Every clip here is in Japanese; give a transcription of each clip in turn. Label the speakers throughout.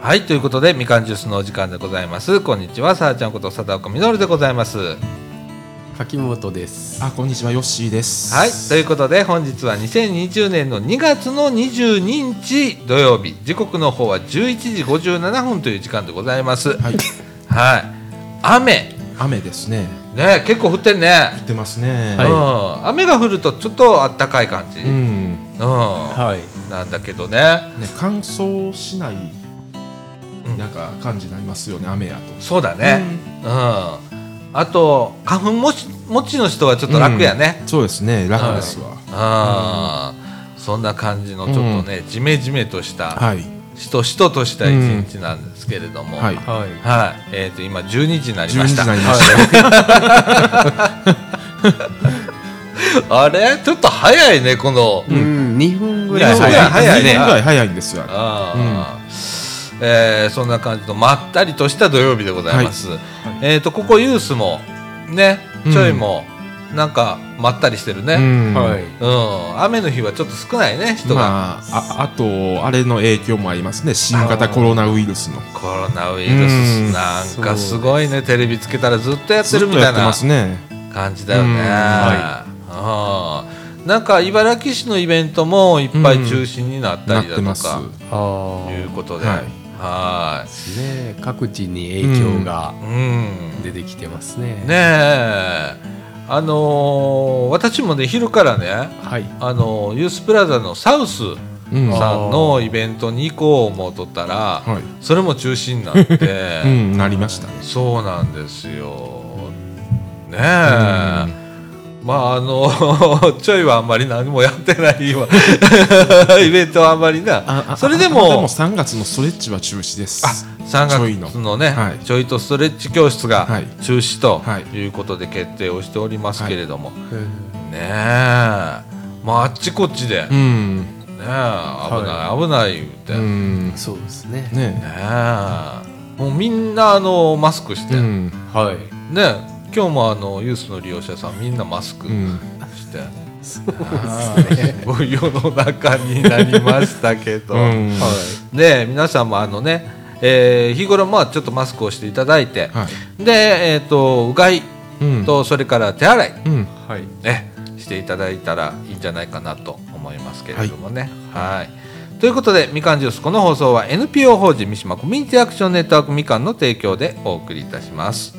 Speaker 1: はいということでみかんジュースのお時間でございますこんにちはさあちゃんこと貞岡稔でございますは
Speaker 2: 柿本です
Speaker 3: あこんにちはヨッシーです
Speaker 1: いということで本日は2020年の2月の22日土曜日時刻の方は11時57分という時間でございます
Speaker 3: はい
Speaker 1: はい雨
Speaker 3: 雨ですね
Speaker 1: ね結構降ってんね、
Speaker 3: 降ってますね
Speaker 2: はい
Speaker 1: うん雨が降るとちょっとあったかい感じ、う
Speaker 3: うんん
Speaker 2: はい
Speaker 1: なんだけどね
Speaker 3: ね乾燥しない
Speaker 1: うん
Speaker 3: なんか感じになりますよね雨やと
Speaker 1: そうだねうん、あと花粉もち持ちの人はちょっと楽やね、
Speaker 3: そうですね楽ですわ
Speaker 1: あーそんな感じのちょっとね、ジメジメとした、
Speaker 3: はい
Speaker 1: しとしととした一日なんですけれども、
Speaker 3: はい
Speaker 2: はい
Speaker 1: はいえー、と今12時になり
Speaker 3: 12
Speaker 1: ま
Speaker 3: 時
Speaker 1: し
Speaker 3: に
Speaker 1: た
Speaker 3: なりましたよ
Speaker 1: あれちょっと早いねこの、
Speaker 2: うん2分ぐらい
Speaker 1: 二分ぐらい早いね
Speaker 3: 2分ぐらい早いんですよあれ
Speaker 1: あーえーそんな感じのまったりとした土曜日でございます、えっ、とここユースもねちょいも、なんかまったりしてるね、
Speaker 3: うん
Speaker 2: はい
Speaker 1: うん、雨の日はちょっと少ないね人が、
Speaker 3: まあああとあれの影響もありますね新型コロナウイルスの
Speaker 1: コロナウイルス
Speaker 3: うん
Speaker 1: なんかすごいねテレビつけたらずっとやってるみた
Speaker 3: や
Speaker 1: い
Speaker 3: ってま
Speaker 1: な
Speaker 3: すね
Speaker 1: 感じだよね、
Speaker 3: うん
Speaker 1: うんなんか茨城市のイベントもいっぱい中止になった
Speaker 3: なっ
Speaker 1: りだと
Speaker 3: てます
Speaker 1: か、
Speaker 2: あ
Speaker 1: いうことで、
Speaker 3: は
Speaker 1: はい
Speaker 3: い、
Speaker 2: ね各地に影響が
Speaker 1: うん、
Speaker 2: 出てきてますね
Speaker 1: ねえあのー私もね昼からね
Speaker 2: はい
Speaker 1: あのーユースプラザのサウス
Speaker 3: うんは
Speaker 1: さんのイベントに行こう思うとったら、
Speaker 3: い
Speaker 1: それも中止になって、
Speaker 3: うんなりましたね
Speaker 1: そうなんですよねえ、まああの ちょいはあんまり何もやってない 今イベントはあんまり
Speaker 3: あ
Speaker 1: な
Speaker 3: あ
Speaker 1: それで
Speaker 3: あで
Speaker 1: も
Speaker 3: も3月のストレッチは中止です
Speaker 1: 3
Speaker 3: ちょいの
Speaker 1: 月のね
Speaker 3: はい
Speaker 1: ちょいとストレッチ教室が
Speaker 3: はい
Speaker 1: 中止と
Speaker 3: はい
Speaker 1: いうことで決定をしておりますけれども、
Speaker 2: うん
Speaker 1: ねえまああっちこっちで、
Speaker 3: う
Speaker 1: ね
Speaker 3: ん
Speaker 1: え危ない危ない言って、
Speaker 3: う
Speaker 1: ね
Speaker 3: ん
Speaker 2: そうですね
Speaker 3: ね
Speaker 1: えもうみんなあのマスクして、ね
Speaker 3: うん
Speaker 2: はい
Speaker 1: え今日もあのユースの利用者さんみんなマスク、
Speaker 3: うん
Speaker 1: して
Speaker 2: そう
Speaker 1: すごい世の中になりましたけど、
Speaker 3: うん
Speaker 1: で皆さんもあのね、えー日頃まあちょっとマスクをしていただいて、
Speaker 3: は
Speaker 1: でえっ、とうがい
Speaker 3: いうん
Speaker 1: とそれから手洗い、
Speaker 3: うん
Speaker 2: はい
Speaker 1: ね、していただいたらいいんじゃないかなと思いますけれどもね。はいということでみかんジュースこの放送は NPO 法人三島コミュニティアクションネットワークみかんの提供でお送りいたします。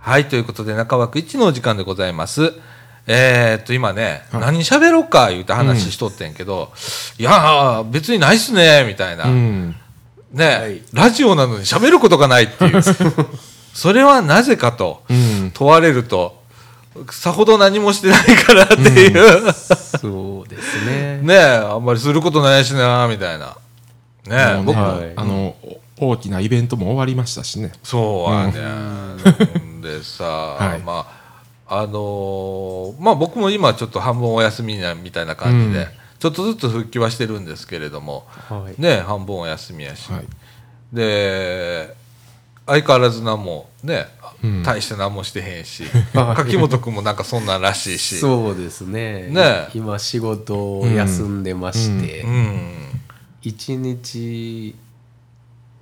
Speaker 1: はいということで中枠一のお時間でございます。えーっと今ね、
Speaker 3: はい
Speaker 1: 何喋ろうか言うて話しとってんけど、いやー別にないっすねみたいな、
Speaker 3: うん
Speaker 1: ね、
Speaker 2: はい
Speaker 1: ラジオなのに喋ることがないっていうそれはなぜかと
Speaker 3: うん
Speaker 1: 問われるとさほど何もしてないからっていう、
Speaker 2: そうですね
Speaker 1: ねあんまりすることないしなみたいなね
Speaker 3: もう
Speaker 1: 僕
Speaker 3: ね
Speaker 2: はい
Speaker 3: あのお大きなイベントも終わりましたしね
Speaker 1: そうやね、ん、でさ、
Speaker 3: い
Speaker 1: まああのーまあ僕も今ちょっと半分お休みなみたいな感じで、
Speaker 3: うん
Speaker 1: ちょっとずつ復帰はしてるんですけれども
Speaker 2: はい
Speaker 1: ね半分お休みやし、
Speaker 3: はい
Speaker 1: で相変わらず何もね、
Speaker 3: うん
Speaker 1: 大して何もしてへんし
Speaker 2: はい
Speaker 1: 柿本君もなんかそんなんらしいし
Speaker 2: そうですね
Speaker 1: ね
Speaker 2: 今仕事を休んでまして
Speaker 1: うん
Speaker 2: 一日い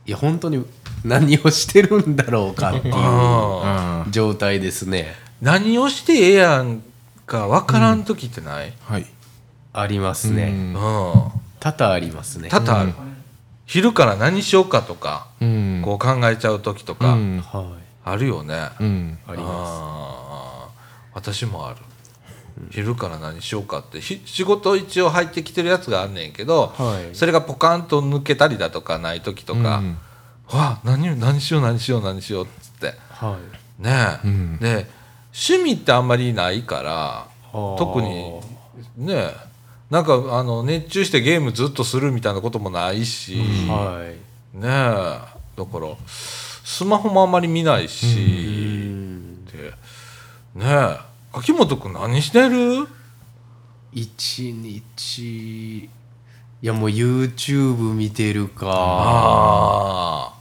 Speaker 2: や本当に何をしてるんだろうかっていう
Speaker 1: あー
Speaker 3: あ
Speaker 2: 状態ですね
Speaker 1: 何をしてええやんか分からん時ってない、
Speaker 3: あはい
Speaker 2: ありますね
Speaker 1: うん
Speaker 2: 多々ありますね
Speaker 1: 多々ある、昼から何しようかとか、
Speaker 3: うん
Speaker 1: こう考えちゃう時と
Speaker 3: う
Speaker 1: か
Speaker 3: ん
Speaker 2: はい
Speaker 1: あるよね、
Speaker 3: うん
Speaker 2: あります
Speaker 1: あ私もある昼から何しようかってひ仕事一応入ってきてるやつがあんねんけど、
Speaker 2: はい
Speaker 1: それがポカンと抜けたりだとかない時とか
Speaker 3: うん
Speaker 1: 「わあ何何しよう何しよう何しよう」っつって
Speaker 2: はい
Speaker 1: ねえ、
Speaker 3: うん
Speaker 1: で趣味ってあんまりないから
Speaker 2: ー
Speaker 1: 特にねえなんかあの熱中してゲームずっとするみたいなこともないし、
Speaker 2: はい
Speaker 1: ねえだからスマホもあんまり見ないし、
Speaker 2: うん
Speaker 1: でねえ秋元君何してる
Speaker 2: 一日いやもう YouTube 見てるか
Speaker 1: あ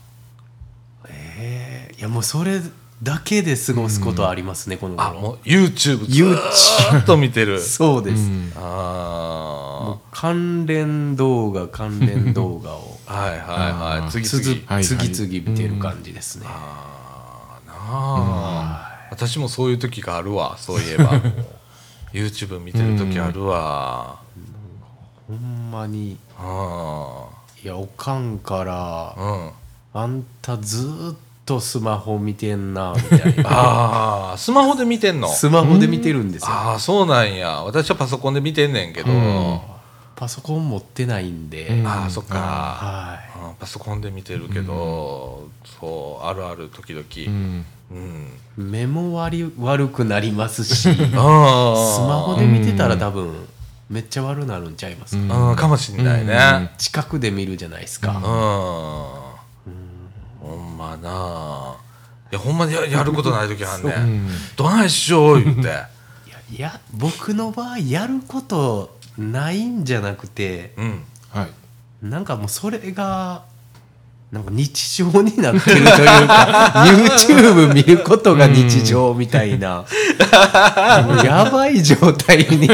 Speaker 2: えーいやもうそれだけで過ごすことありますね、この
Speaker 1: ああ
Speaker 2: 頃
Speaker 1: もう YouTube ず
Speaker 2: YouTube
Speaker 1: ーっと見てる
Speaker 2: そうです、
Speaker 3: うん
Speaker 1: あ
Speaker 2: もう関連動画関連動画を
Speaker 1: あはいはいは
Speaker 3: あ
Speaker 1: い
Speaker 3: ー
Speaker 1: 次
Speaker 2: つづ
Speaker 1: 々
Speaker 3: はいはい
Speaker 2: 次々見てる感じですね、
Speaker 1: あーなあ、私もそういう時があるわそういえば YouTube 見てる時あるわ、
Speaker 2: ほんまに
Speaker 1: あ
Speaker 2: いやおかんから
Speaker 1: あうん
Speaker 2: あんたずーっとスマホ見てんなみ たいな
Speaker 1: ああスマホで見てんの
Speaker 2: スマホで見てるんですよ
Speaker 1: ああそうなんや私はパソコンで見てんねんけど、
Speaker 3: うん
Speaker 2: パソコン持ってないんで、
Speaker 3: うん
Speaker 1: ああそっか、
Speaker 2: はい
Speaker 1: うんパソコンで見てるけど、そうあるある時々
Speaker 3: うん
Speaker 1: うん、
Speaker 2: 目も割り悪くなりますしス
Speaker 1: あ
Speaker 2: マ
Speaker 1: あ
Speaker 2: ホで見てたら多分めっちゃ悪なるんちゃいますか、
Speaker 3: うん
Speaker 1: うんかもしんないね
Speaker 2: 近くで見るじゃないです
Speaker 1: う
Speaker 2: か、
Speaker 1: ん、ほんまなあいやほんまにややることない時あんね
Speaker 3: うんん
Speaker 1: どないしよう言うて
Speaker 2: いやいや僕の場合やることないんじゃなくて
Speaker 1: うん
Speaker 3: はい
Speaker 2: なんかもうそれがなんか日常になってるとい うか YouTube 見ることが日常みたいな、もうやばい状態に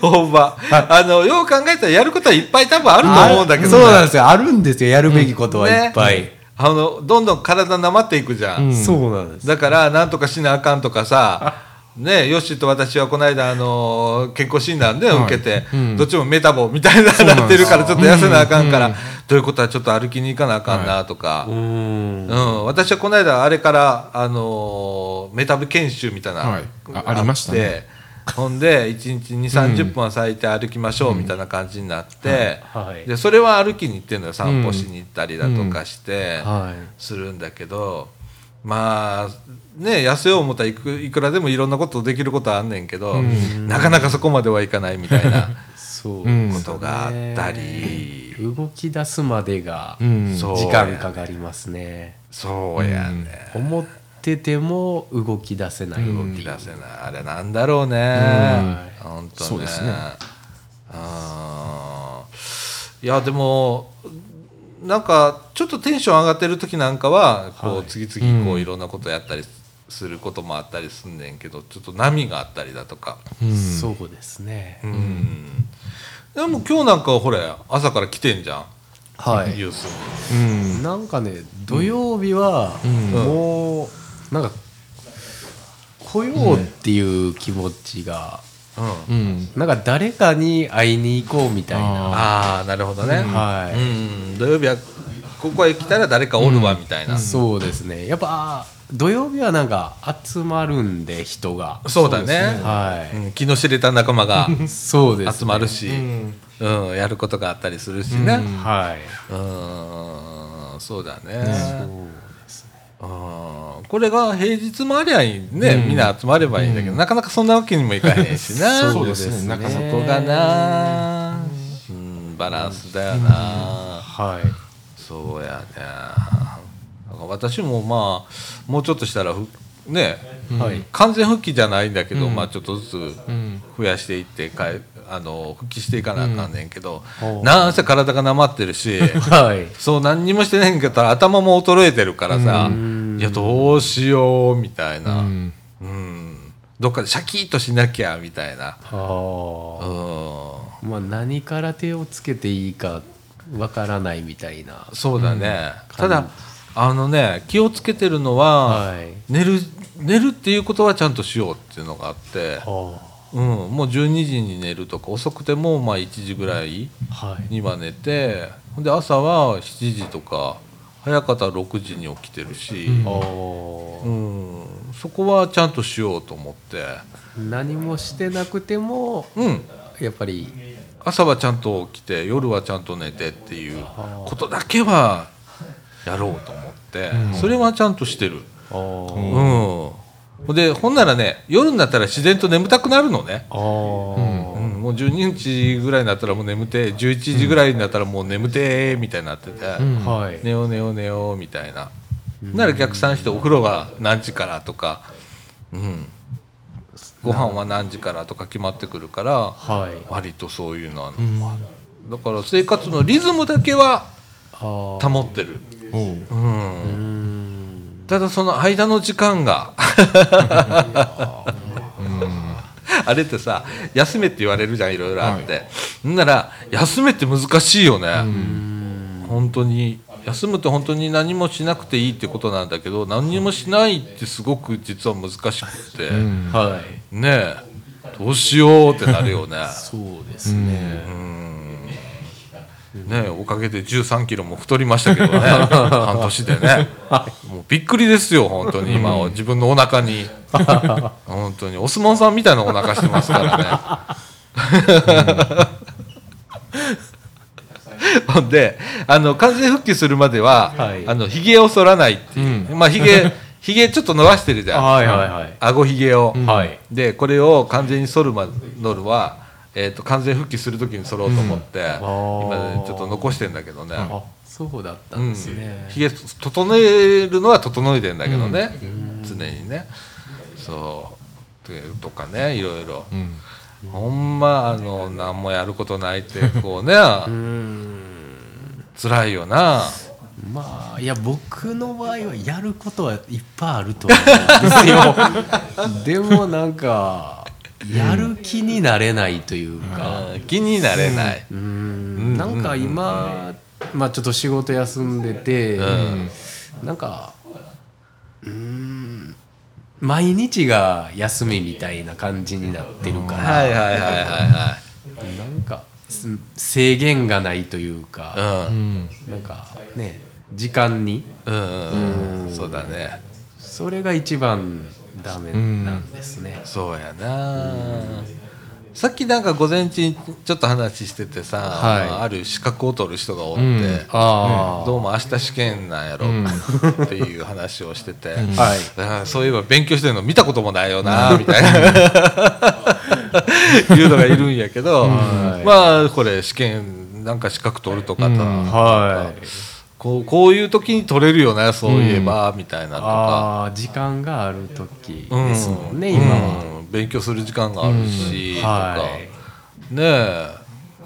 Speaker 1: ほんまあのよう考えたらやることはいっぱい多分あると思うんだけど、
Speaker 2: そうなんですよあるんですよやるべきことはいっぱい、
Speaker 1: ねあのどんどん体なまっていくじゃん、
Speaker 3: うん
Speaker 2: そうなんです
Speaker 1: だからなんとかしなあかんとか さねヨッシーと私はこの間、あの健康診断で
Speaker 3: はい
Speaker 1: 受けて、
Speaker 3: うん
Speaker 1: どっちもメタボみたいな
Speaker 3: うなんです
Speaker 1: なってるからちょっと痩せなあかんから、ということはちょっと歩きに行かなあかんなとか、
Speaker 2: うーん
Speaker 1: うん、私はこの間あれから、あのーメタブ研修みたいな、
Speaker 3: はいあありましたね
Speaker 1: ってほんで1日2 3 0分は咲いて歩きましょうみたいな感じになって、
Speaker 2: はい
Speaker 1: でそれは歩きに行ってるのよ散歩しに行ったりだとかして、
Speaker 2: はい
Speaker 1: するんだけどまあね痩せよう思ったらいくいくらでもいろんなことできることはあんねんけど、なかなかそこまではいかないみたいな
Speaker 2: そう
Speaker 3: うん
Speaker 1: ことがあったり、
Speaker 2: 動き出すまでが
Speaker 3: うん
Speaker 1: そう
Speaker 2: 時間かかりますね
Speaker 1: そうやね、
Speaker 2: 思ってても動き出せない、
Speaker 1: 動き出せないあれなんだろうね、本当ね
Speaker 3: そうですね
Speaker 1: あーいやでもなんかちょっとテンション上がってる時なんかはこう、
Speaker 2: はい
Speaker 1: 次々こういろんなことやったりすることもあったりすんねんけどちょっと波があったりだとか、
Speaker 2: そうですね、
Speaker 1: うんでも今日なんかはほれ朝から来てんじゃん、
Speaker 2: は
Speaker 1: ニ
Speaker 2: い
Speaker 1: ュース
Speaker 3: うん
Speaker 2: なんかね土曜日は
Speaker 3: ん
Speaker 2: もう、なんか来ようっていう気持ちが、
Speaker 1: に、うん
Speaker 3: うん
Speaker 2: なんか誰かに会いに行こうみたいな
Speaker 1: ああなるほどね、
Speaker 2: はい、
Speaker 1: うん、土曜日はここへ来たら誰かおるわみたいな、
Speaker 2: そうですねやっぱ土曜日はなんか集まるんで人が
Speaker 1: そうだね
Speaker 2: はい、
Speaker 1: うん、気の知れた仲間が
Speaker 2: そうです、ね、
Speaker 1: 集まるし、うんやることがあったりするしね、うん
Speaker 2: はい
Speaker 1: そうだね
Speaker 2: そうですね
Speaker 1: うんこれが平日もありゃいいね、みんな集まればいいんだけど、なかなかそんなわけにもいかへんしな
Speaker 3: そうですねなかなか
Speaker 1: そこがな、うん、バランスだよな、
Speaker 2: はい
Speaker 1: そうやねなんか私もまあもうちょっとしたらふね、
Speaker 2: はい
Speaker 1: 完全復帰じゃないんだけど、まあ、ちょっとずつ
Speaker 3: ん
Speaker 1: 増やしていってかえあの復帰していかなあかんねんけど、
Speaker 2: うん
Speaker 1: なんせ体がなまってる し
Speaker 2: はい
Speaker 1: そう何にもしてないんかったら頭も衰えてるからさいやどうしようみたいな、うんどっかでシャキッとしなきゃみたいな。
Speaker 2: あ
Speaker 1: うん
Speaker 2: あまあ何から手をつけていいかわからないみたいな
Speaker 1: そうだね、ただあのね気をつけてるのは、
Speaker 2: はい
Speaker 1: 寝る寝るっていうことはちゃんとしようっていうのがあって、
Speaker 2: あ
Speaker 1: うん、もう12時に寝るとか遅くてもまあ1時ぐらい
Speaker 2: あはい
Speaker 1: には寝てほんで朝は7時とか早かったら6時に起きてるし、
Speaker 2: ああ
Speaker 1: うんそこはちゃんとしようと思って
Speaker 2: 何もしてなくても
Speaker 1: うん
Speaker 2: やっぱり
Speaker 1: 朝はちゃんと起きて夜はちゃんと寝てっていうことだけはやろうと思って、それはちゃんとしてる
Speaker 2: あー
Speaker 1: うん、でほんならね夜になったら自然と眠たくなるのね、
Speaker 2: あー、
Speaker 1: うん、もう12時ぐらいになったらもう眠てえ11時ぐらいになったらもう眠てえみたいになってて、
Speaker 3: うん
Speaker 2: はい、
Speaker 1: 寝よう寝よう寝ようみたいな、なら逆算してお風呂が何時からとか、うん、ご飯は何時からとか決まってくるから
Speaker 2: はい
Speaker 1: 割とそういうのは、
Speaker 3: うん
Speaker 1: だから生活のリズムだけは
Speaker 2: あー
Speaker 1: 保ってる、
Speaker 3: おう
Speaker 1: うん
Speaker 2: うーん
Speaker 1: ただその間の時間 があれってさ休めって言われるじゃんいろいろあって、んなら休めって難しいよね、本当に休むって本当に何もしなくていいってことなんだけど何もしないってすごく実は難しくて、
Speaker 3: うん
Speaker 2: はい
Speaker 1: ねえどうしようってなるよね
Speaker 2: そうですね、
Speaker 1: ねえおかげで1 3キロも太りましたけ どね半年でねもうびっくりですよ本当に今は自分のお腹に本当にお相撲さんみたいなお腹してますからねほん であの完全復帰するまでは、
Speaker 2: はい
Speaker 1: あのひげを剃らないっていう、まあひげひげちょっと伸ばしてるじゃん
Speaker 2: はいはいはい
Speaker 1: 顎ひげを、
Speaker 2: はい
Speaker 1: でこれを完全に剃るまのるは、えー、と完全復帰するときに剃ろうと思って、
Speaker 2: ー
Speaker 1: 今ちょっと残してんだけどね、
Speaker 2: あそうだった
Speaker 1: うんん
Speaker 2: ですね、
Speaker 1: ひげ整えるのは整えてんだけどね、常にねそうととかねいろいろ、ほんまあの何もやることない ってこうね辛いよな
Speaker 2: まあいや僕の場合はやることはいっぱいあると思うんです よでもなんかやる気になれないというか、
Speaker 1: うん気になれない、
Speaker 2: うんなんか今、まあ、ちょっと仕事休んでて、
Speaker 1: ん
Speaker 2: なんかうん毎日が休みみたいな感じになってるから、
Speaker 1: はいはいはいは
Speaker 2: なんかす制限がないという
Speaker 1: い
Speaker 2: か、
Speaker 1: はい
Speaker 2: なんかね時間に
Speaker 1: うんうん、うん、そうだね
Speaker 2: それが一番ダメなんですね。
Speaker 1: そうやな、さっきなんか午前中にちょっと話しててさ、
Speaker 2: はい
Speaker 1: ある資格を取る人がおって、
Speaker 3: うん
Speaker 2: ああ、
Speaker 1: どうも明日試験なんやろっていう話をしてて、
Speaker 2: はい
Speaker 1: だからそういえば勉強してるの見たこともないよなみたいないうのがいるんやけど、
Speaker 2: はい
Speaker 1: まあこれ試験なんか資格取るとかさ、
Speaker 2: はい。
Speaker 1: こうこういう時に取れるよなそういえば、みたいなとか。
Speaker 2: ああ、時間がある時
Speaker 1: うん
Speaker 2: ですもんね、今は。
Speaker 1: うん勉強する時間があるし、とか、
Speaker 2: はい
Speaker 1: ね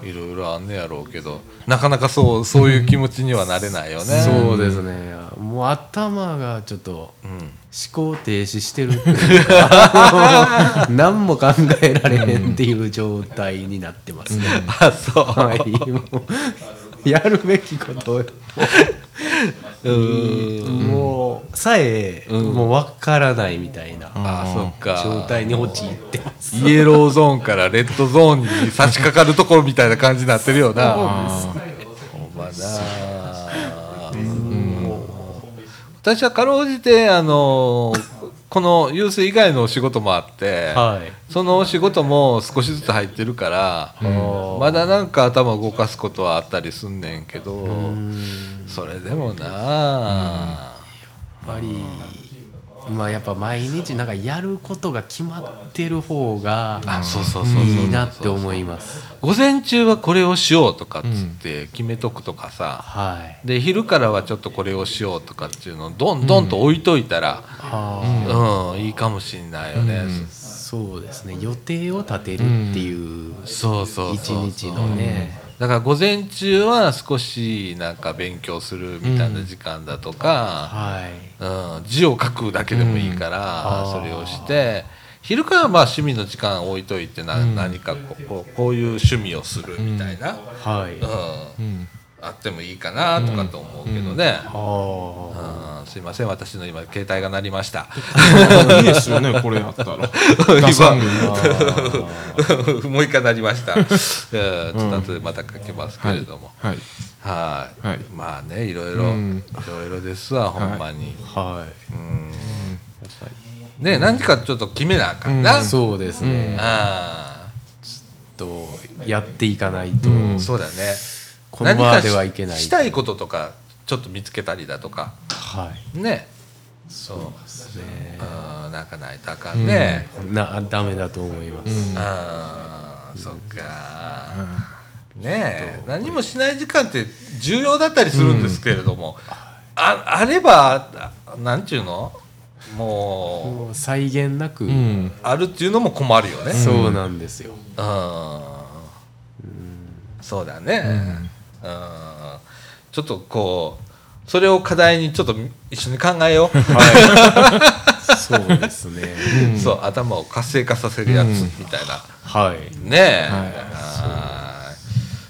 Speaker 1: えいろいろあんねやろうけどなかなかそうそういう気持ちにはなれないよね。
Speaker 2: そうですね。もう頭がちょっと
Speaker 1: うん、
Speaker 2: 思考停止してるっていうかあの何も考えられへんっていう状態になってますね。
Speaker 1: あそう、
Speaker 2: はい、もうやるべきことをもうさえ、もう分からないみたいな
Speaker 1: あそっか
Speaker 2: 状態に陥ってます。
Speaker 1: イエローゾーンからレッドゾーンに差し掛かるところみたいな感じになってるよな。ほんまな。私はかろうじてあのこのユース以外のお仕事もあって、
Speaker 2: はい
Speaker 1: そのお仕事も少しずつ入ってるから、
Speaker 2: ん
Speaker 1: まだなんか頭動かすことはあったりすんねんけど、それでもな、
Speaker 2: やっぱりまあやっぱ毎日なんかやることが決まってる方が
Speaker 1: あそうそうそうそう
Speaker 2: いいなって思います
Speaker 1: 午前中はこれをしようとかっつって決めとくとかさ、
Speaker 2: はい
Speaker 1: で昼からはちょっとこれをしようとかっていうのをどんどんと置いといたら、
Speaker 2: あ
Speaker 1: うんいいかもしんないよね。
Speaker 2: ーそうですね予定を立てるっていう
Speaker 1: そうそう
Speaker 2: 一
Speaker 1: そう
Speaker 2: 日のね
Speaker 1: だから午前中は少しなんか勉強するみたいな時間だとか、
Speaker 2: はい
Speaker 1: うん、字を書くだけでもいいから、
Speaker 2: うん
Speaker 1: それをして昼からまあ趣味の時間置いといてな、何かこうこうこういう趣味をするみたいな、
Speaker 2: はい
Speaker 1: うんあってもいいかなとかと思うけどね、
Speaker 2: ああ
Speaker 1: うんすいません私の今携帯が鳴りました。
Speaker 3: いいですよね、これやったら。出さんでいい
Speaker 1: もう一回なりました。えーちょっと後でまた書きますけれども。
Speaker 3: はい。
Speaker 1: はい。
Speaker 3: はい
Speaker 1: まあね、いろいろ、
Speaker 3: うん
Speaker 1: いろいろですわ、ほんまに。
Speaker 2: はいやっぱり
Speaker 1: ね、何時かちょっと決めなあかんな、
Speaker 3: うん
Speaker 2: そうですね、
Speaker 1: あ
Speaker 2: とやっていかないと、
Speaker 1: あそうだね
Speaker 2: このままではいけな
Speaker 1: 何
Speaker 2: い
Speaker 1: かししたいこととかちょっと見つけたりだとか
Speaker 2: はい
Speaker 1: ねそう
Speaker 2: ですね
Speaker 1: あーなんかないとあかんね、
Speaker 2: なダメだと思います、
Speaker 1: ああそっか、ねえ何もしない時間って重要だったりするんですけれども、ああればあなんちゅうのもう
Speaker 2: もう際限なく、
Speaker 3: うん
Speaker 1: あるっていうのも困るよねうん
Speaker 2: そうなんですよ、
Speaker 1: そうだねうんちょっとこうそれを課題にちょっと一緒に考えよう、
Speaker 2: そうですね
Speaker 1: そう頭を活性化させるやつみたいな、
Speaker 2: はい
Speaker 1: ねえ、
Speaker 3: はい
Speaker 1: はい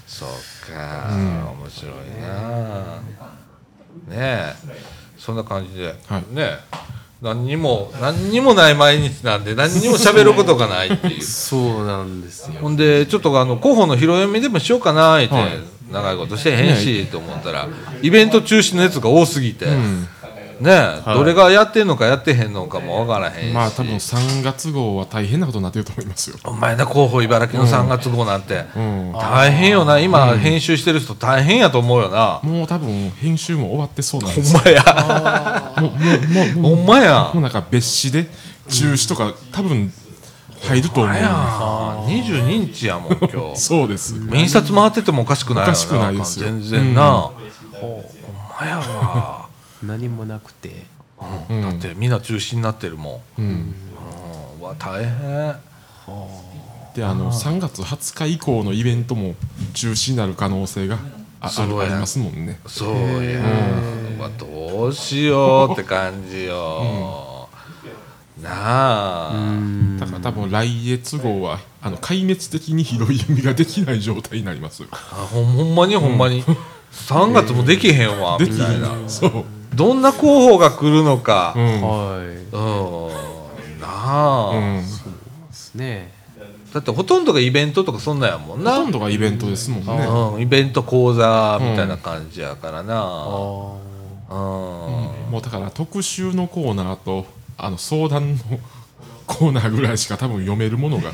Speaker 1: そうか、面白いなねえそんな感じで、
Speaker 3: はい
Speaker 1: ねえ何にも何にもない毎日なんで何にも喋ることがないっていう
Speaker 2: そうなんですよ
Speaker 1: ほんでちょっとあの候補の拾い読みでもしようかなって、
Speaker 3: はい
Speaker 1: 長いことしてへんしと思ったらイベント中止のやつが多すぎて、ねえ、
Speaker 2: い
Speaker 1: どれがやってんのかやってへんのかもわからへんし、
Speaker 3: まあ多分3月号は大変なことになってると思いますよ。
Speaker 1: お前な候補茨城の3月号なんて、
Speaker 3: うん、
Speaker 1: 大変よな今、編集してる人大変やと思うよな、
Speaker 3: もう多分編集も終わってそうなんです
Speaker 1: ほ
Speaker 3: よ。
Speaker 1: んまや
Speaker 3: もうもうもうも
Speaker 1: ほんまや
Speaker 3: うもうなんか別紙で中止とか多分入ると思う。
Speaker 1: あ22日やもん今日
Speaker 3: そうです。
Speaker 1: 印刷回っててもおかしくないよな
Speaker 3: おかしくないですよ
Speaker 1: 全然な、ほほんまやわ
Speaker 2: 何もなくて
Speaker 1: うんだってみんな中止になってるもん、うんうわ大変
Speaker 3: であの3月20日以降のイベントも中止になる可能性があ
Speaker 1: す
Speaker 3: あ
Speaker 1: ご
Speaker 3: る
Speaker 1: い
Speaker 3: ありますもんね。
Speaker 1: そうや、うわどうしようって感じよ、なあ、
Speaker 3: だから多分来月号はあの壊滅的に拾い読みができない状態になります。
Speaker 1: あほんほんまにほんまに、3月もできへんわ、
Speaker 3: でき
Speaker 1: みたいな
Speaker 3: ない。そう。
Speaker 1: どんな候補が来るのか、
Speaker 3: う
Speaker 1: うん
Speaker 3: ん。
Speaker 2: はいで
Speaker 1: なあ、
Speaker 3: うん。
Speaker 2: すね
Speaker 1: だってほとんどがイベントとかそんなんやもん
Speaker 3: ほ
Speaker 1: な
Speaker 3: とんどがイベントですもんね。
Speaker 1: うん、イベント講座みたいな感じやから
Speaker 2: あ
Speaker 1: な、
Speaker 2: ー
Speaker 1: うん
Speaker 3: もうだから特集のコーナーとあの相談のコーナーぐらいしか多分読めるものが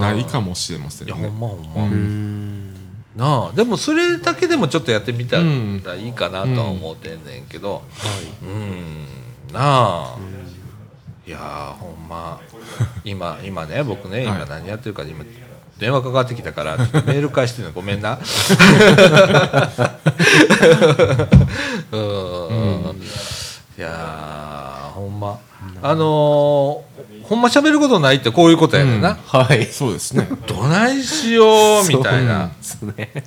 Speaker 3: ないかもしれません
Speaker 1: いやほ
Speaker 3: ね。
Speaker 1: んまほんま、なあでもそれだけでもちょっとやってみたらいいかなとは思ってんねんけどうん、なあ、いやーほんま 今今ね僕ね今
Speaker 3: はい
Speaker 1: 何やってるか今電話かかってきたからちょっとメール返してるのごめん なうん、いやーほんまあのーほんま喋ることないってこういうことやねんな、
Speaker 2: はい
Speaker 3: そうですね。
Speaker 1: どないしようみたいな、
Speaker 2: そうですね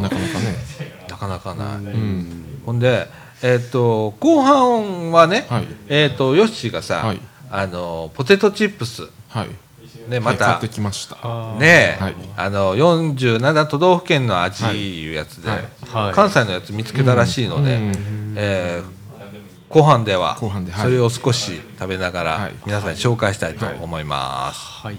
Speaker 3: なかなかね。
Speaker 1: なかなかない、
Speaker 3: うん。
Speaker 1: ほんで、えっと後半はね、
Speaker 3: はい
Speaker 1: えっとヨッシーがさ、
Speaker 3: はい
Speaker 1: あのポテトチップス、
Speaker 3: はい。
Speaker 1: ね、ま
Speaker 3: はい
Speaker 1: た、
Speaker 3: 買ってきました。
Speaker 1: ね
Speaker 3: はい
Speaker 1: あの47都道府県の味いうやつで、
Speaker 3: はい
Speaker 2: はい
Speaker 1: 関西のやつ見つけたらしいので、
Speaker 3: うん
Speaker 1: えー後半では
Speaker 3: 後半ではい
Speaker 1: それを少し食べながら、
Speaker 3: はい
Speaker 1: 皆さんに紹介したいと思います。
Speaker 2: はい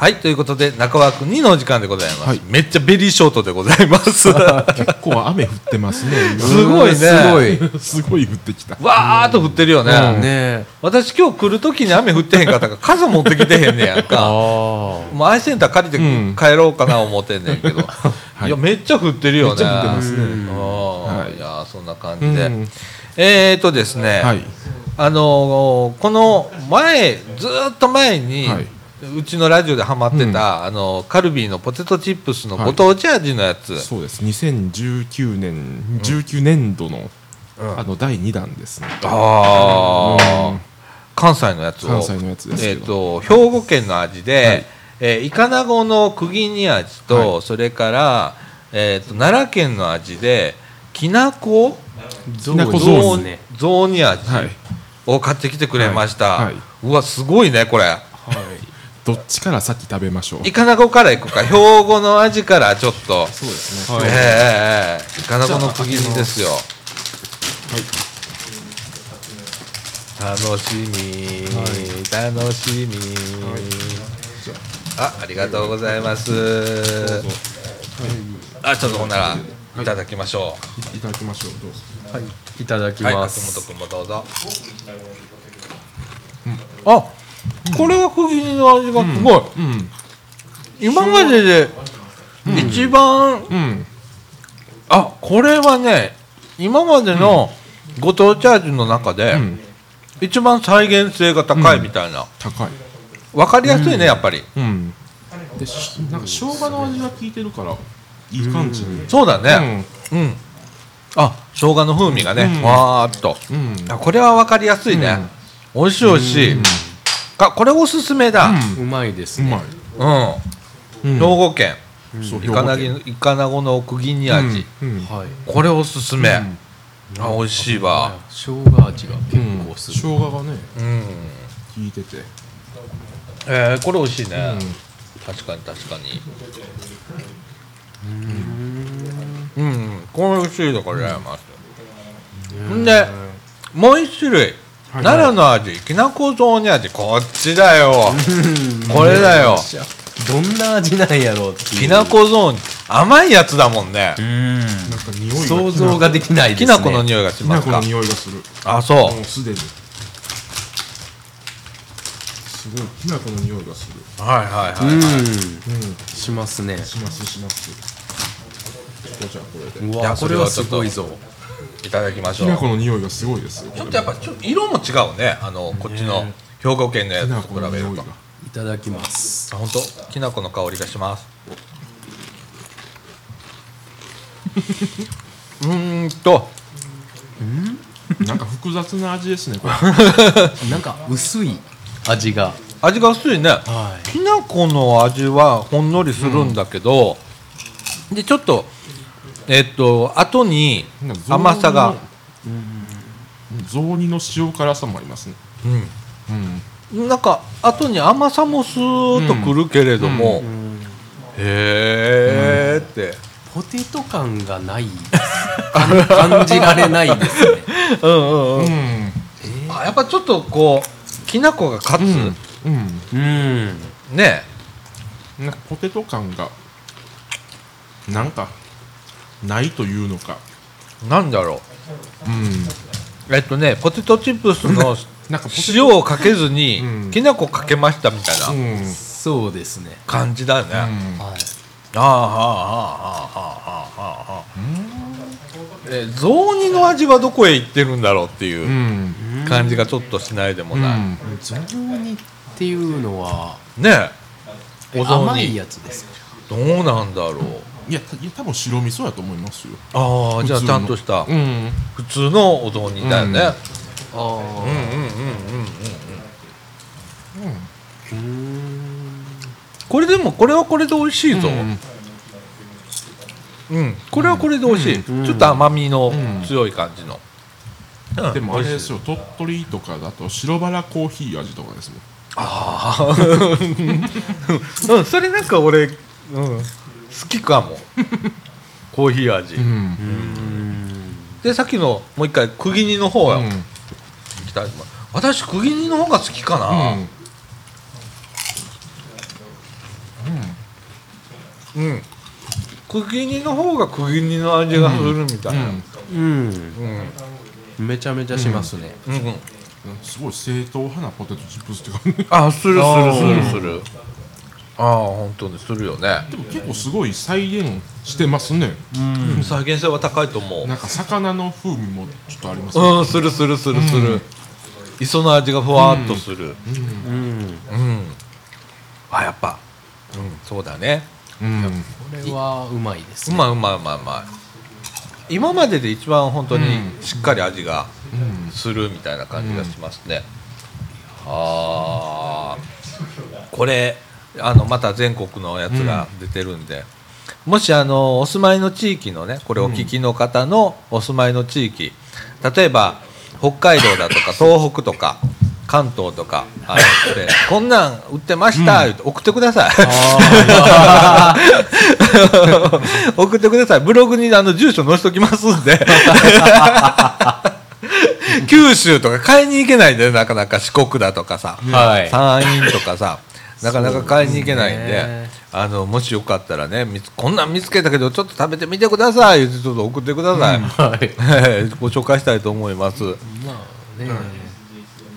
Speaker 1: はい、ということで中枠2のお時間でございます、めっちゃベリーショートでございます
Speaker 3: 結構雨降ってますね。
Speaker 1: すごいね
Speaker 2: すごい
Speaker 3: 今すごい降ってきた。
Speaker 1: わーっと降ってるよね、
Speaker 2: ね
Speaker 1: 私今日来る時に雨降ってへんかったから傘持ってきてへんねやん か
Speaker 2: あ
Speaker 1: もうアイセンター借りて
Speaker 3: うん
Speaker 1: 帰ろうかな思ってんねんけ ど、い、やめっちゃ降ってるよね
Speaker 3: めっちゃ降ってますね
Speaker 1: うん、
Speaker 3: はいい
Speaker 1: やーそんな感じで、
Speaker 3: うん
Speaker 1: えーとですね、
Speaker 3: はい。
Speaker 1: あのーこの前ずーっと前に、
Speaker 3: はいう
Speaker 1: ちのラジオでハマってた、あのーカルビーのポテトチップスのご当地味のやつ、
Speaker 3: そうです。2019年19年度のあの第2弾ですね。
Speaker 1: ああ、関西のやつを
Speaker 3: 関西のやつです
Speaker 1: え
Speaker 3: け
Speaker 1: っと
Speaker 3: ど
Speaker 1: 兵庫県の味で、
Speaker 3: はい
Speaker 1: えーイカナゴの釘煮味と、
Speaker 3: は
Speaker 1: それから、えっと奈良県の味できなこ
Speaker 2: ゾ
Speaker 3: きなこ
Speaker 2: ゾ
Speaker 3: ゾウ
Speaker 2: ウ
Speaker 1: 雑
Speaker 2: ン
Speaker 3: ン
Speaker 2: ね。
Speaker 1: 雑煮味
Speaker 3: はい
Speaker 1: を買ってきてくれました、
Speaker 3: はいはいう
Speaker 1: わすごいねこれ
Speaker 3: どっちから先食べましょう
Speaker 1: イカナゴからいこうか兵庫の味からちょっと、
Speaker 3: そうです
Speaker 1: えー
Speaker 3: ね
Speaker 1: えーえーイカナゴの釘煮ですよ楽しみ、楽しみ、あありがとうございますあちょっとほんならいただきましょ
Speaker 3: いいただきましょうどうぞ
Speaker 2: いただき
Speaker 1: う、はい、
Speaker 2: ま
Speaker 1: 松本
Speaker 2: す。
Speaker 1: 君もどうぞ、あこれは釘煮の味がすごい、
Speaker 3: うん
Speaker 1: 今までで一番、
Speaker 3: うん
Speaker 1: あこれはね今までのご当地味の中で、
Speaker 3: うん
Speaker 1: 一番再現性が高いみたいな、
Speaker 3: 高い
Speaker 1: わ分かりやすいね、やっぱり
Speaker 3: うんでしなんか生姜の味が効いてるからいい感じに
Speaker 1: そうだねうん、あ生姜の風味がね、
Speaker 3: うん
Speaker 1: わーっと
Speaker 3: うんうん
Speaker 1: あこれは分かりやすいね、美味しい美味しい、あこれおすすめだ
Speaker 3: うん
Speaker 2: うまいです
Speaker 3: うま
Speaker 2: ね
Speaker 3: い。
Speaker 1: うん、
Speaker 3: うん
Speaker 1: 兵庫県
Speaker 3: そう
Speaker 1: イカナギイカナゴの釘煮味、
Speaker 3: うんうん
Speaker 2: はい。
Speaker 1: これおすすめ、あ美味しいわ、
Speaker 2: 生姜味が結構す
Speaker 3: 生
Speaker 2: る。
Speaker 3: 姜がね
Speaker 1: うん
Speaker 3: 効いてて
Speaker 1: えー、これ美味しいね、確かに確かにうん、うん、これ美味しいとこれありますんでもう一種類、
Speaker 3: はい
Speaker 1: 奈良の味きなこ雑煮味こっちだよこれだよ
Speaker 2: どんな味なんやろうっていう。
Speaker 1: きなこ雑煮甘いやつだもんね
Speaker 4: うん
Speaker 3: なんか匂いが
Speaker 2: 想像ができないです
Speaker 1: き
Speaker 2: ね。
Speaker 1: なこの匂いがし
Speaker 3: き
Speaker 1: ま
Speaker 3: な
Speaker 1: す
Speaker 3: 粉の
Speaker 1: か
Speaker 3: 匂いがする
Speaker 1: あそう
Speaker 3: もうすでにすごいきな粉の匂いがする
Speaker 1: はいはいはい、
Speaker 2: う
Speaker 3: う
Speaker 2: ん。
Speaker 3: ん
Speaker 2: しますね。
Speaker 3: しますしますこうじゃあこれで
Speaker 2: う
Speaker 1: いや
Speaker 2: わ、これはすごいぞ。
Speaker 1: いただきまし
Speaker 3: き
Speaker 1: ょう
Speaker 3: な粉の匂いがすごいですよ
Speaker 1: ちょっとやっぱちょっと色も違うねあのこっちの
Speaker 3: ね
Speaker 1: 兵庫県のや
Speaker 3: き
Speaker 1: つ
Speaker 3: な
Speaker 1: と
Speaker 3: 粉
Speaker 1: 比
Speaker 3: の
Speaker 1: べる
Speaker 3: 匂い
Speaker 1: と
Speaker 3: が
Speaker 2: いただきます。
Speaker 1: あ本当きなこの香りがし ますうーんと
Speaker 3: なんか複雑な味ですねこれ
Speaker 2: なんか薄い味が。
Speaker 1: 味が薄いね
Speaker 2: はい。
Speaker 1: きなこの味はほんのりするんだけど、でちょっとえっと後に甘さが、
Speaker 3: 雑煮の塩辛さもありますねうん
Speaker 1: うん、なんか後に甘さもスーッとくるけれども、へえって、
Speaker 2: ポテト感がない。感じられないですね。
Speaker 1: うんうんうん
Speaker 3: うん
Speaker 1: あやっぱちょっとこうきなこが勝つ、
Speaker 3: うん
Speaker 2: うん。
Speaker 1: ね
Speaker 3: なんかポテト感がなんかないというのか
Speaker 1: なんだろう
Speaker 3: うん
Speaker 1: えっとね、ポテトチップスの
Speaker 3: なんかポテ
Speaker 1: 塩をかけずに、
Speaker 3: うん
Speaker 1: きな粉かけましたみたい
Speaker 3: トう
Speaker 1: なん
Speaker 3: うん
Speaker 2: そうですね。
Speaker 1: 感じだよね。あ
Speaker 2: はい。
Speaker 1: あ、ああ、ああ、ああ、ああ、ああ。え、雑煮の味はどこへ行ってるんだろうっていううん感じがちょっとしないでも
Speaker 3: う
Speaker 1: ない。
Speaker 3: ん
Speaker 2: 雑煮っていうのは
Speaker 1: ねえ、お雑
Speaker 2: 甘い
Speaker 1: 煮。
Speaker 2: やつですか
Speaker 1: どうなんだろう。
Speaker 3: いやたいや多分白味噌やと思いますよ
Speaker 1: ああ、じゃあ
Speaker 3: 普通の
Speaker 1: ちゃんとした
Speaker 3: うん
Speaker 1: 普通のお雑煮だよね。
Speaker 2: あ
Speaker 1: うんうんうんうんうん。
Speaker 2: あうん
Speaker 1: これでもこれはこれで美味しいぞ。
Speaker 3: うん
Speaker 1: うん、これはこれで美味しい、
Speaker 2: ん
Speaker 1: ちょっと甘みの
Speaker 3: ん
Speaker 1: 強い感じの、うん
Speaker 3: でもあれ
Speaker 1: 美
Speaker 3: で
Speaker 1: 味し
Speaker 3: す
Speaker 1: い
Speaker 3: よ鳥取とかだと白バラコーヒー味とかですもん
Speaker 1: うん、それなんか俺、うん、好きか もコーヒー味、
Speaker 3: うん
Speaker 1: でさっきのもう一回釘煮の方
Speaker 3: う
Speaker 1: や、
Speaker 3: ん
Speaker 1: 行きたいと思う私釘煮の方が好きかなうん、釘煮の方が釘煮の味がするみたいな
Speaker 3: うん
Speaker 2: う
Speaker 1: う
Speaker 2: ん
Speaker 1: んうん
Speaker 2: めちゃめちゃしますね、
Speaker 1: うん
Speaker 3: すごい正統派なポテトチップスって感じ
Speaker 1: あするするするするああ本当にするよね、
Speaker 3: でも 結構すごい再現してますね
Speaker 1: うん、再現性は高いと思う
Speaker 3: なんか魚の風味もちょっとありますね
Speaker 1: うん、するするするする、
Speaker 3: うん
Speaker 1: 磯の味がふわーっとする
Speaker 2: うん
Speaker 1: うん、あやっぱうんそうだね
Speaker 3: うん
Speaker 2: これはうまいです
Speaker 1: う
Speaker 2: ね、
Speaker 1: まいうまいうまいうまい今までで一番本当に
Speaker 3: う
Speaker 1: しっかり味が
Speaker 3: うん
Speaker 1: するみたいな感じがしますね、あーこれあのまた全国のやつが出てるんで、もしあのお住まいの地域のねこれお聞きの方のお住まいの地域、例えば北海道だと か東北とか関東とかあれってこんなん売ってました、言うて送ってください 送ってくださいブログにあの住所載せときますん で九州とか買いに行けないんだよなかなか四国だとかさ、
Speaker 2: はい
Speaker 1: 山陰とか さなかなか買いに行けないんで
Speaker 2: そうですね
Speaker 1: あのもしよかったらね見つこんなん見つけたけどちょっと食べてみてください言ってちょっと送ってください、
Speaker 2: はい
Speaker 1: ご紹介したいと思います、うん
Speaker 2: まあね、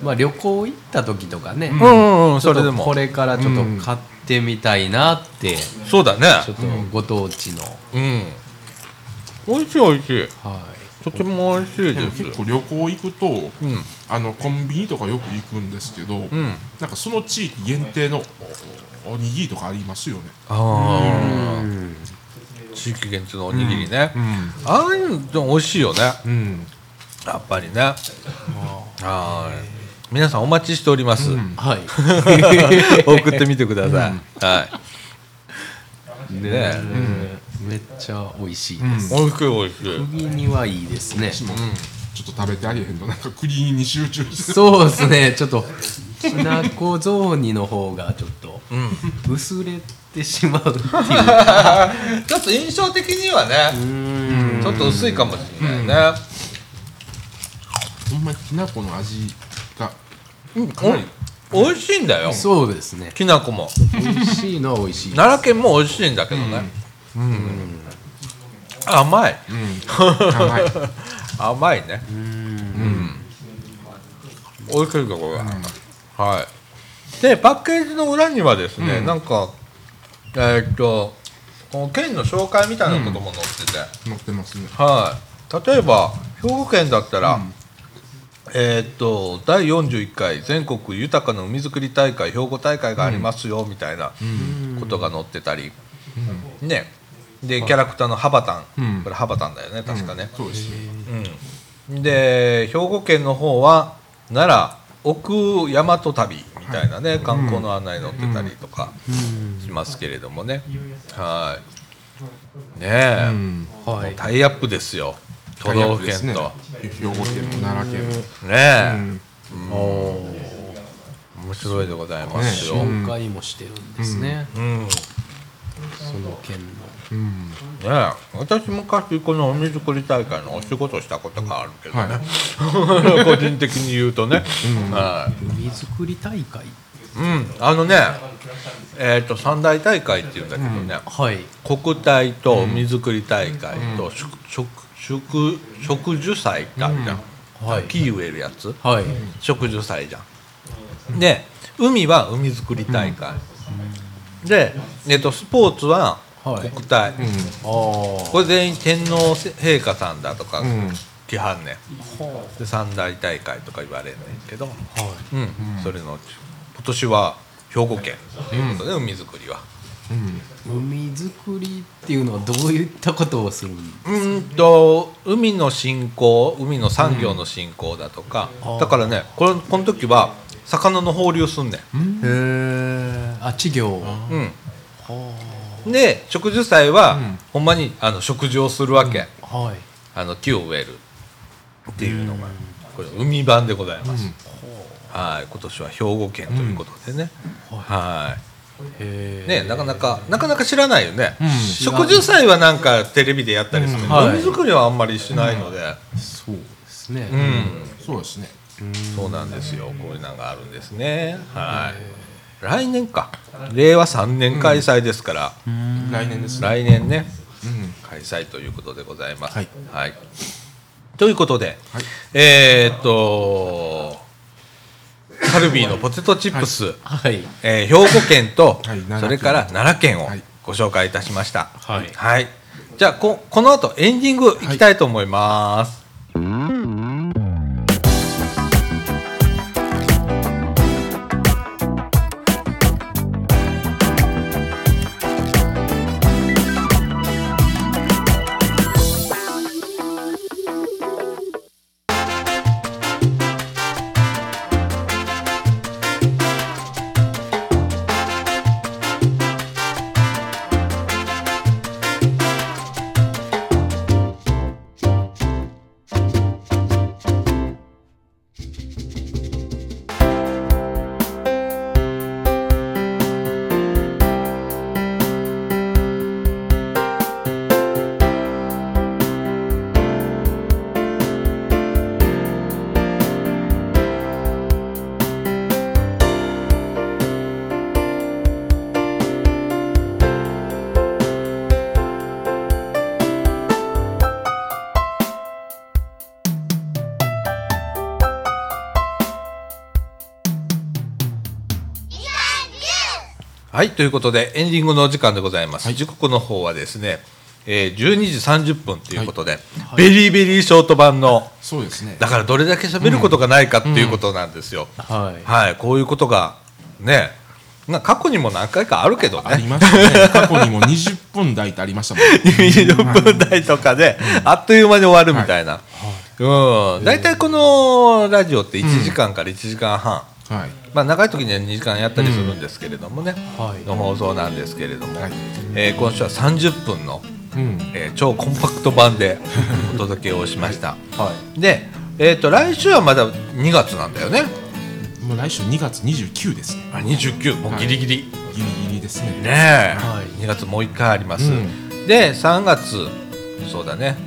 Speaker 2: まあ旅行行った時とかね、
Speaker 1: うんうん
Speaker 2: ちょ
Speaker 1: そ
Speaker 2: っ
Speaker 1: れで
Speaker 2: と
Speaker 1: も
Speaker 2: これからちょっと買ってみたいなって、ち
Speaker 1: そうだ
Speaker 2: ょっ
Speaker 1: ね
Speaker 2: とご当地の、
Speaker 1: うん美味しい美味しい
Speaker 2: はい
Speaker 1: とても美味しい
Speaker 3: でも
Speaker 1: です
Speaker 3: 結構旅行行くと、
Speaker 1: うん
Speaker 3: あのコンビニとかよく行くんですけど、
Speaker 1: うん
Speaker 3: なんかその地域限定のおおにぎりとかありますよね。
Speaker 1: ああ地域限定のおにぎりね、
Speaker 3: ん
Speaker 1: ああいうのでも美味しいよね
Speaker 3: うん、
Speaker 1: やっぱりねはい皆さんお待ちしております、
Speaker 2: はい
Speaker 1: 送ってみてください、はいねえ、
Speaker 2: めっちゃ美味しいです、
Speaker 1: 美味しい美味しい
Speaker 2: 麦にはいいですね
Speaker 3: 私もちょっと食べてありへんとなんか栗に集中して
Speaker 2: そうですねちょっときなこ雑煮の方がちょっと薄れてしまうっていう
Speaker 1: ちょっと印象的にはねちょっと薄いかもしれないね、
Speaker 3: ほんまにきな粉の味が
Speaker 1: お美味しいんだよ
Speaker 2: そうですね
Speaker 1: きなこも
Speaker 2: 美味しいのは美味しい
Speaker 1: 奈良県も美味しいんだけどねうん甘い
Speaker 3: 甘い。
Speaker 1: 甘いねうん美味しいかこれは、はいでパッケージの裏にはですね、なんかえーっとこの県の紹介みたいなことも載ってて、
Speaker 3: 乗ってますね。
Speaker 1: はい、例えば兵庫県だったら、えーっと第41回全国豊かな海づくり大会兵庫大会がありますよ、みたいなことが載ってたり、ねでキャラクターのハバタン、
Speaker 3: うん
Speaker 1: これハバタンだよね確かね、
Speaker 3: そうですね。
Speaker 1: うん、で兵庫県の方は奈良奥大和旅みたいなね、観光の案内載ってたりとかしますけれどもね、はいねえ、
Speaker 3: うん。
Speaker 2: はい
Speaker 1: タイアップですよ都道府県とね
Speaker 3: 兵庫県も奈良県も。
Speaker 1: え、
Speaker 3: うん
Speaker 1: 面白いでございますよ、ね
Speaker 2: 紹介もしてるんですね、その県の
Speaker 1: え私昔このお水作り大会のお仕事したことがあるけどね、
Speaker 3: はい。
Speaker 1: 個人的に言うとね、はい
Speaker 2: 海づくり大会
Speaker 1: うん、あのね、えー、と三大大会っていうんだけどね、
Speaker 2: はい
Speaker 1: 国体と海づくり大会と食,、食食植樹祭ってあるじゃん、
Speaker 2: はい
Speaker 1: 木植えるやつ
Speaker 2: はい
Speaker 1: 植樹祭じゃんで海は海づくり大会、で、えっとスポーツは
Speaker 2: はい
Speaker 1: 国体、
Speaker 2: ああ
Speaker 1: これ全員天皇陛下さんだとか
Speaker 3: ん
Speaker 1: 規範ね、で三大大会とか言われるんですけど、うんそれのうち今年は兵庫県ということで、海づくりは
Speaker 2: 海づくりっていうのはどういったことをするん
Speaker 1: うーんと海の振興海の産業の振興だとか、
Speaker 2: あー
Speaker 1: だからねこれこの時は魚の放流すんねん
Speaker 2: へえあ稚魚は
Speaker 1: うん、で植樹祭は、ほんまにあの食事をするわけ、
Speaker 2: はい
Speaker 1: あの木を植えるっていうのが、これ海版でございます、はい今年は兵庫県ということでね、はい
Speaker 2: へ
Speaker 1: ねなかなかなかなか知らないよね、
Speaker 2: らな
Speaker 1: 植
Speaker 2: い
Speaker 1: 樹祭はなんかテレビでやったりするけど、
Speaker 2: うんはい
Speaker 1: 海作りはあんまりしないので、
Speaker 2: えそうですね、
Speaker 1: うん
Speaker 3: そうですね。
Speaker 1: そうなんですよ。こういうのがあるんですね。はい。来年か。令和3年開催ですから、
Speaker 3: 来年ですね。
Speaker 1: 来年ね、
Speaker 3: うん。
Speaker 1: 開催ということでございます。
Speaker 3: はい。
Speaker 1: ということで、
Speaker 3: はい
Speaker 1: えーっと、カルビーのポテトチップス、
Speaker 2: はい
Speaker 1: えー兵庫県と、
Speaker 3: はい奈良県
Speaker 1: それから奈良県を
Speaker 3: はい
Speaker 1: ご紹介いたしました。
Speaker 2: はい
Speaker 1: じゃあこ、この後エンディングいきたいと思います。はいということでエンディングのお時間でございます、時刻の方はですね、えー、12時30分ということで、ベリーベリーショート版の
Speaker 3: そうですね
Speaker 1: だからどれだけ喋ることがないかっていうことなんですよ、
Speaker 2: はい
Speaker 1: はいこういうことがねな過去にも何回かあるけど
Speaker 3: あ
Speaker 1: ね
Speaker 3: りましたね 過去にも20分台ってありましたもんね
Speaker 1: 20分台とかで、あっという間に終わるみたいな、うん、大体このラジオって1時間から1時間半、
Speaker 3: はい
Speaker 1: まあ、長い時には2時間やったりするんですけれどもね、
Speaker 2: はい
Speaker 1: の放送なんですけれども、
Speaker 3: はい
Speaker 1: えー今週は30分の、
Speaker 3: うん
Speaker 1: えー超コンパクト版でお届けをしました、
Speaker 2: は
Speaker 1: で、えー、と来週はまだ2月なんだよね
Speaker 3: もう来週2月29ですね
Speaker 1: あ29もうギリギリ、
Speaker 3: ギリギリですね
Speaker 1: ねえ、
Speaker 2: はい
Speaker 1: 2月もう1回あります、
Speaker 3: う
Speaker 1: で3月そうだね、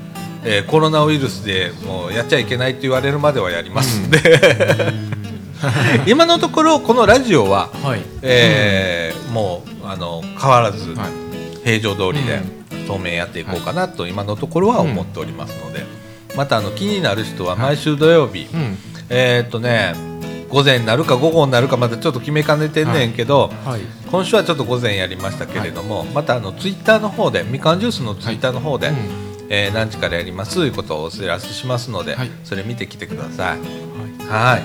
Speaker 1: えーコロナウイルスでもうやっちゃいけないって言われるまではやりますんで、 今のところこのラジオは、
Speaker 2: はい
Speaker 1: えーもうあの変わらず
Speaker 3: はい
Speaker 1: 平常通りで当面やっていこうかなと今のところは思っておりますので、またあの気になる人は毎週土曜日、
Speaker 3: うん
Speaker 1: えーっとね午前になるか午後になるかまだちょっと決めかねてんねんけど、
Speaker 2: はい
Speaker 1: 今週はちょっと午前やりましたけれども、またあのツイッターの方でみかんジュースのツイッターの方で、
Speaker 3: うん
Speaker 1: えー何時からやりますということをお知らせしますので、
Speaker 3: はい
Speaker 1: それ見てきてください。はい、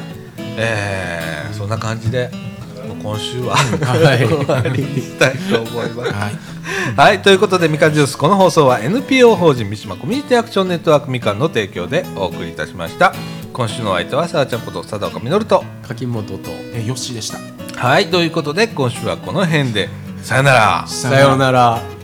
Speaker 1: えーそんな感じでもう今週は
Speaker 2: はい
Speaker 1: 終わりにしたいと思います。
Speaker 3: はい
Speaker 1: はい、ということでみかんジュースこの放送は NPO 法人三島コミュニティアクションネットワークみかんの提供でお送りいたしました。今週のお相手はさあちゃんこと佐岡みのると
Speaker 2: 柿本と
Speaker 3: えーよっしーでした
Speaker 1: はいということで今週はこの辺でさよなら。
Speaker 2: さようなら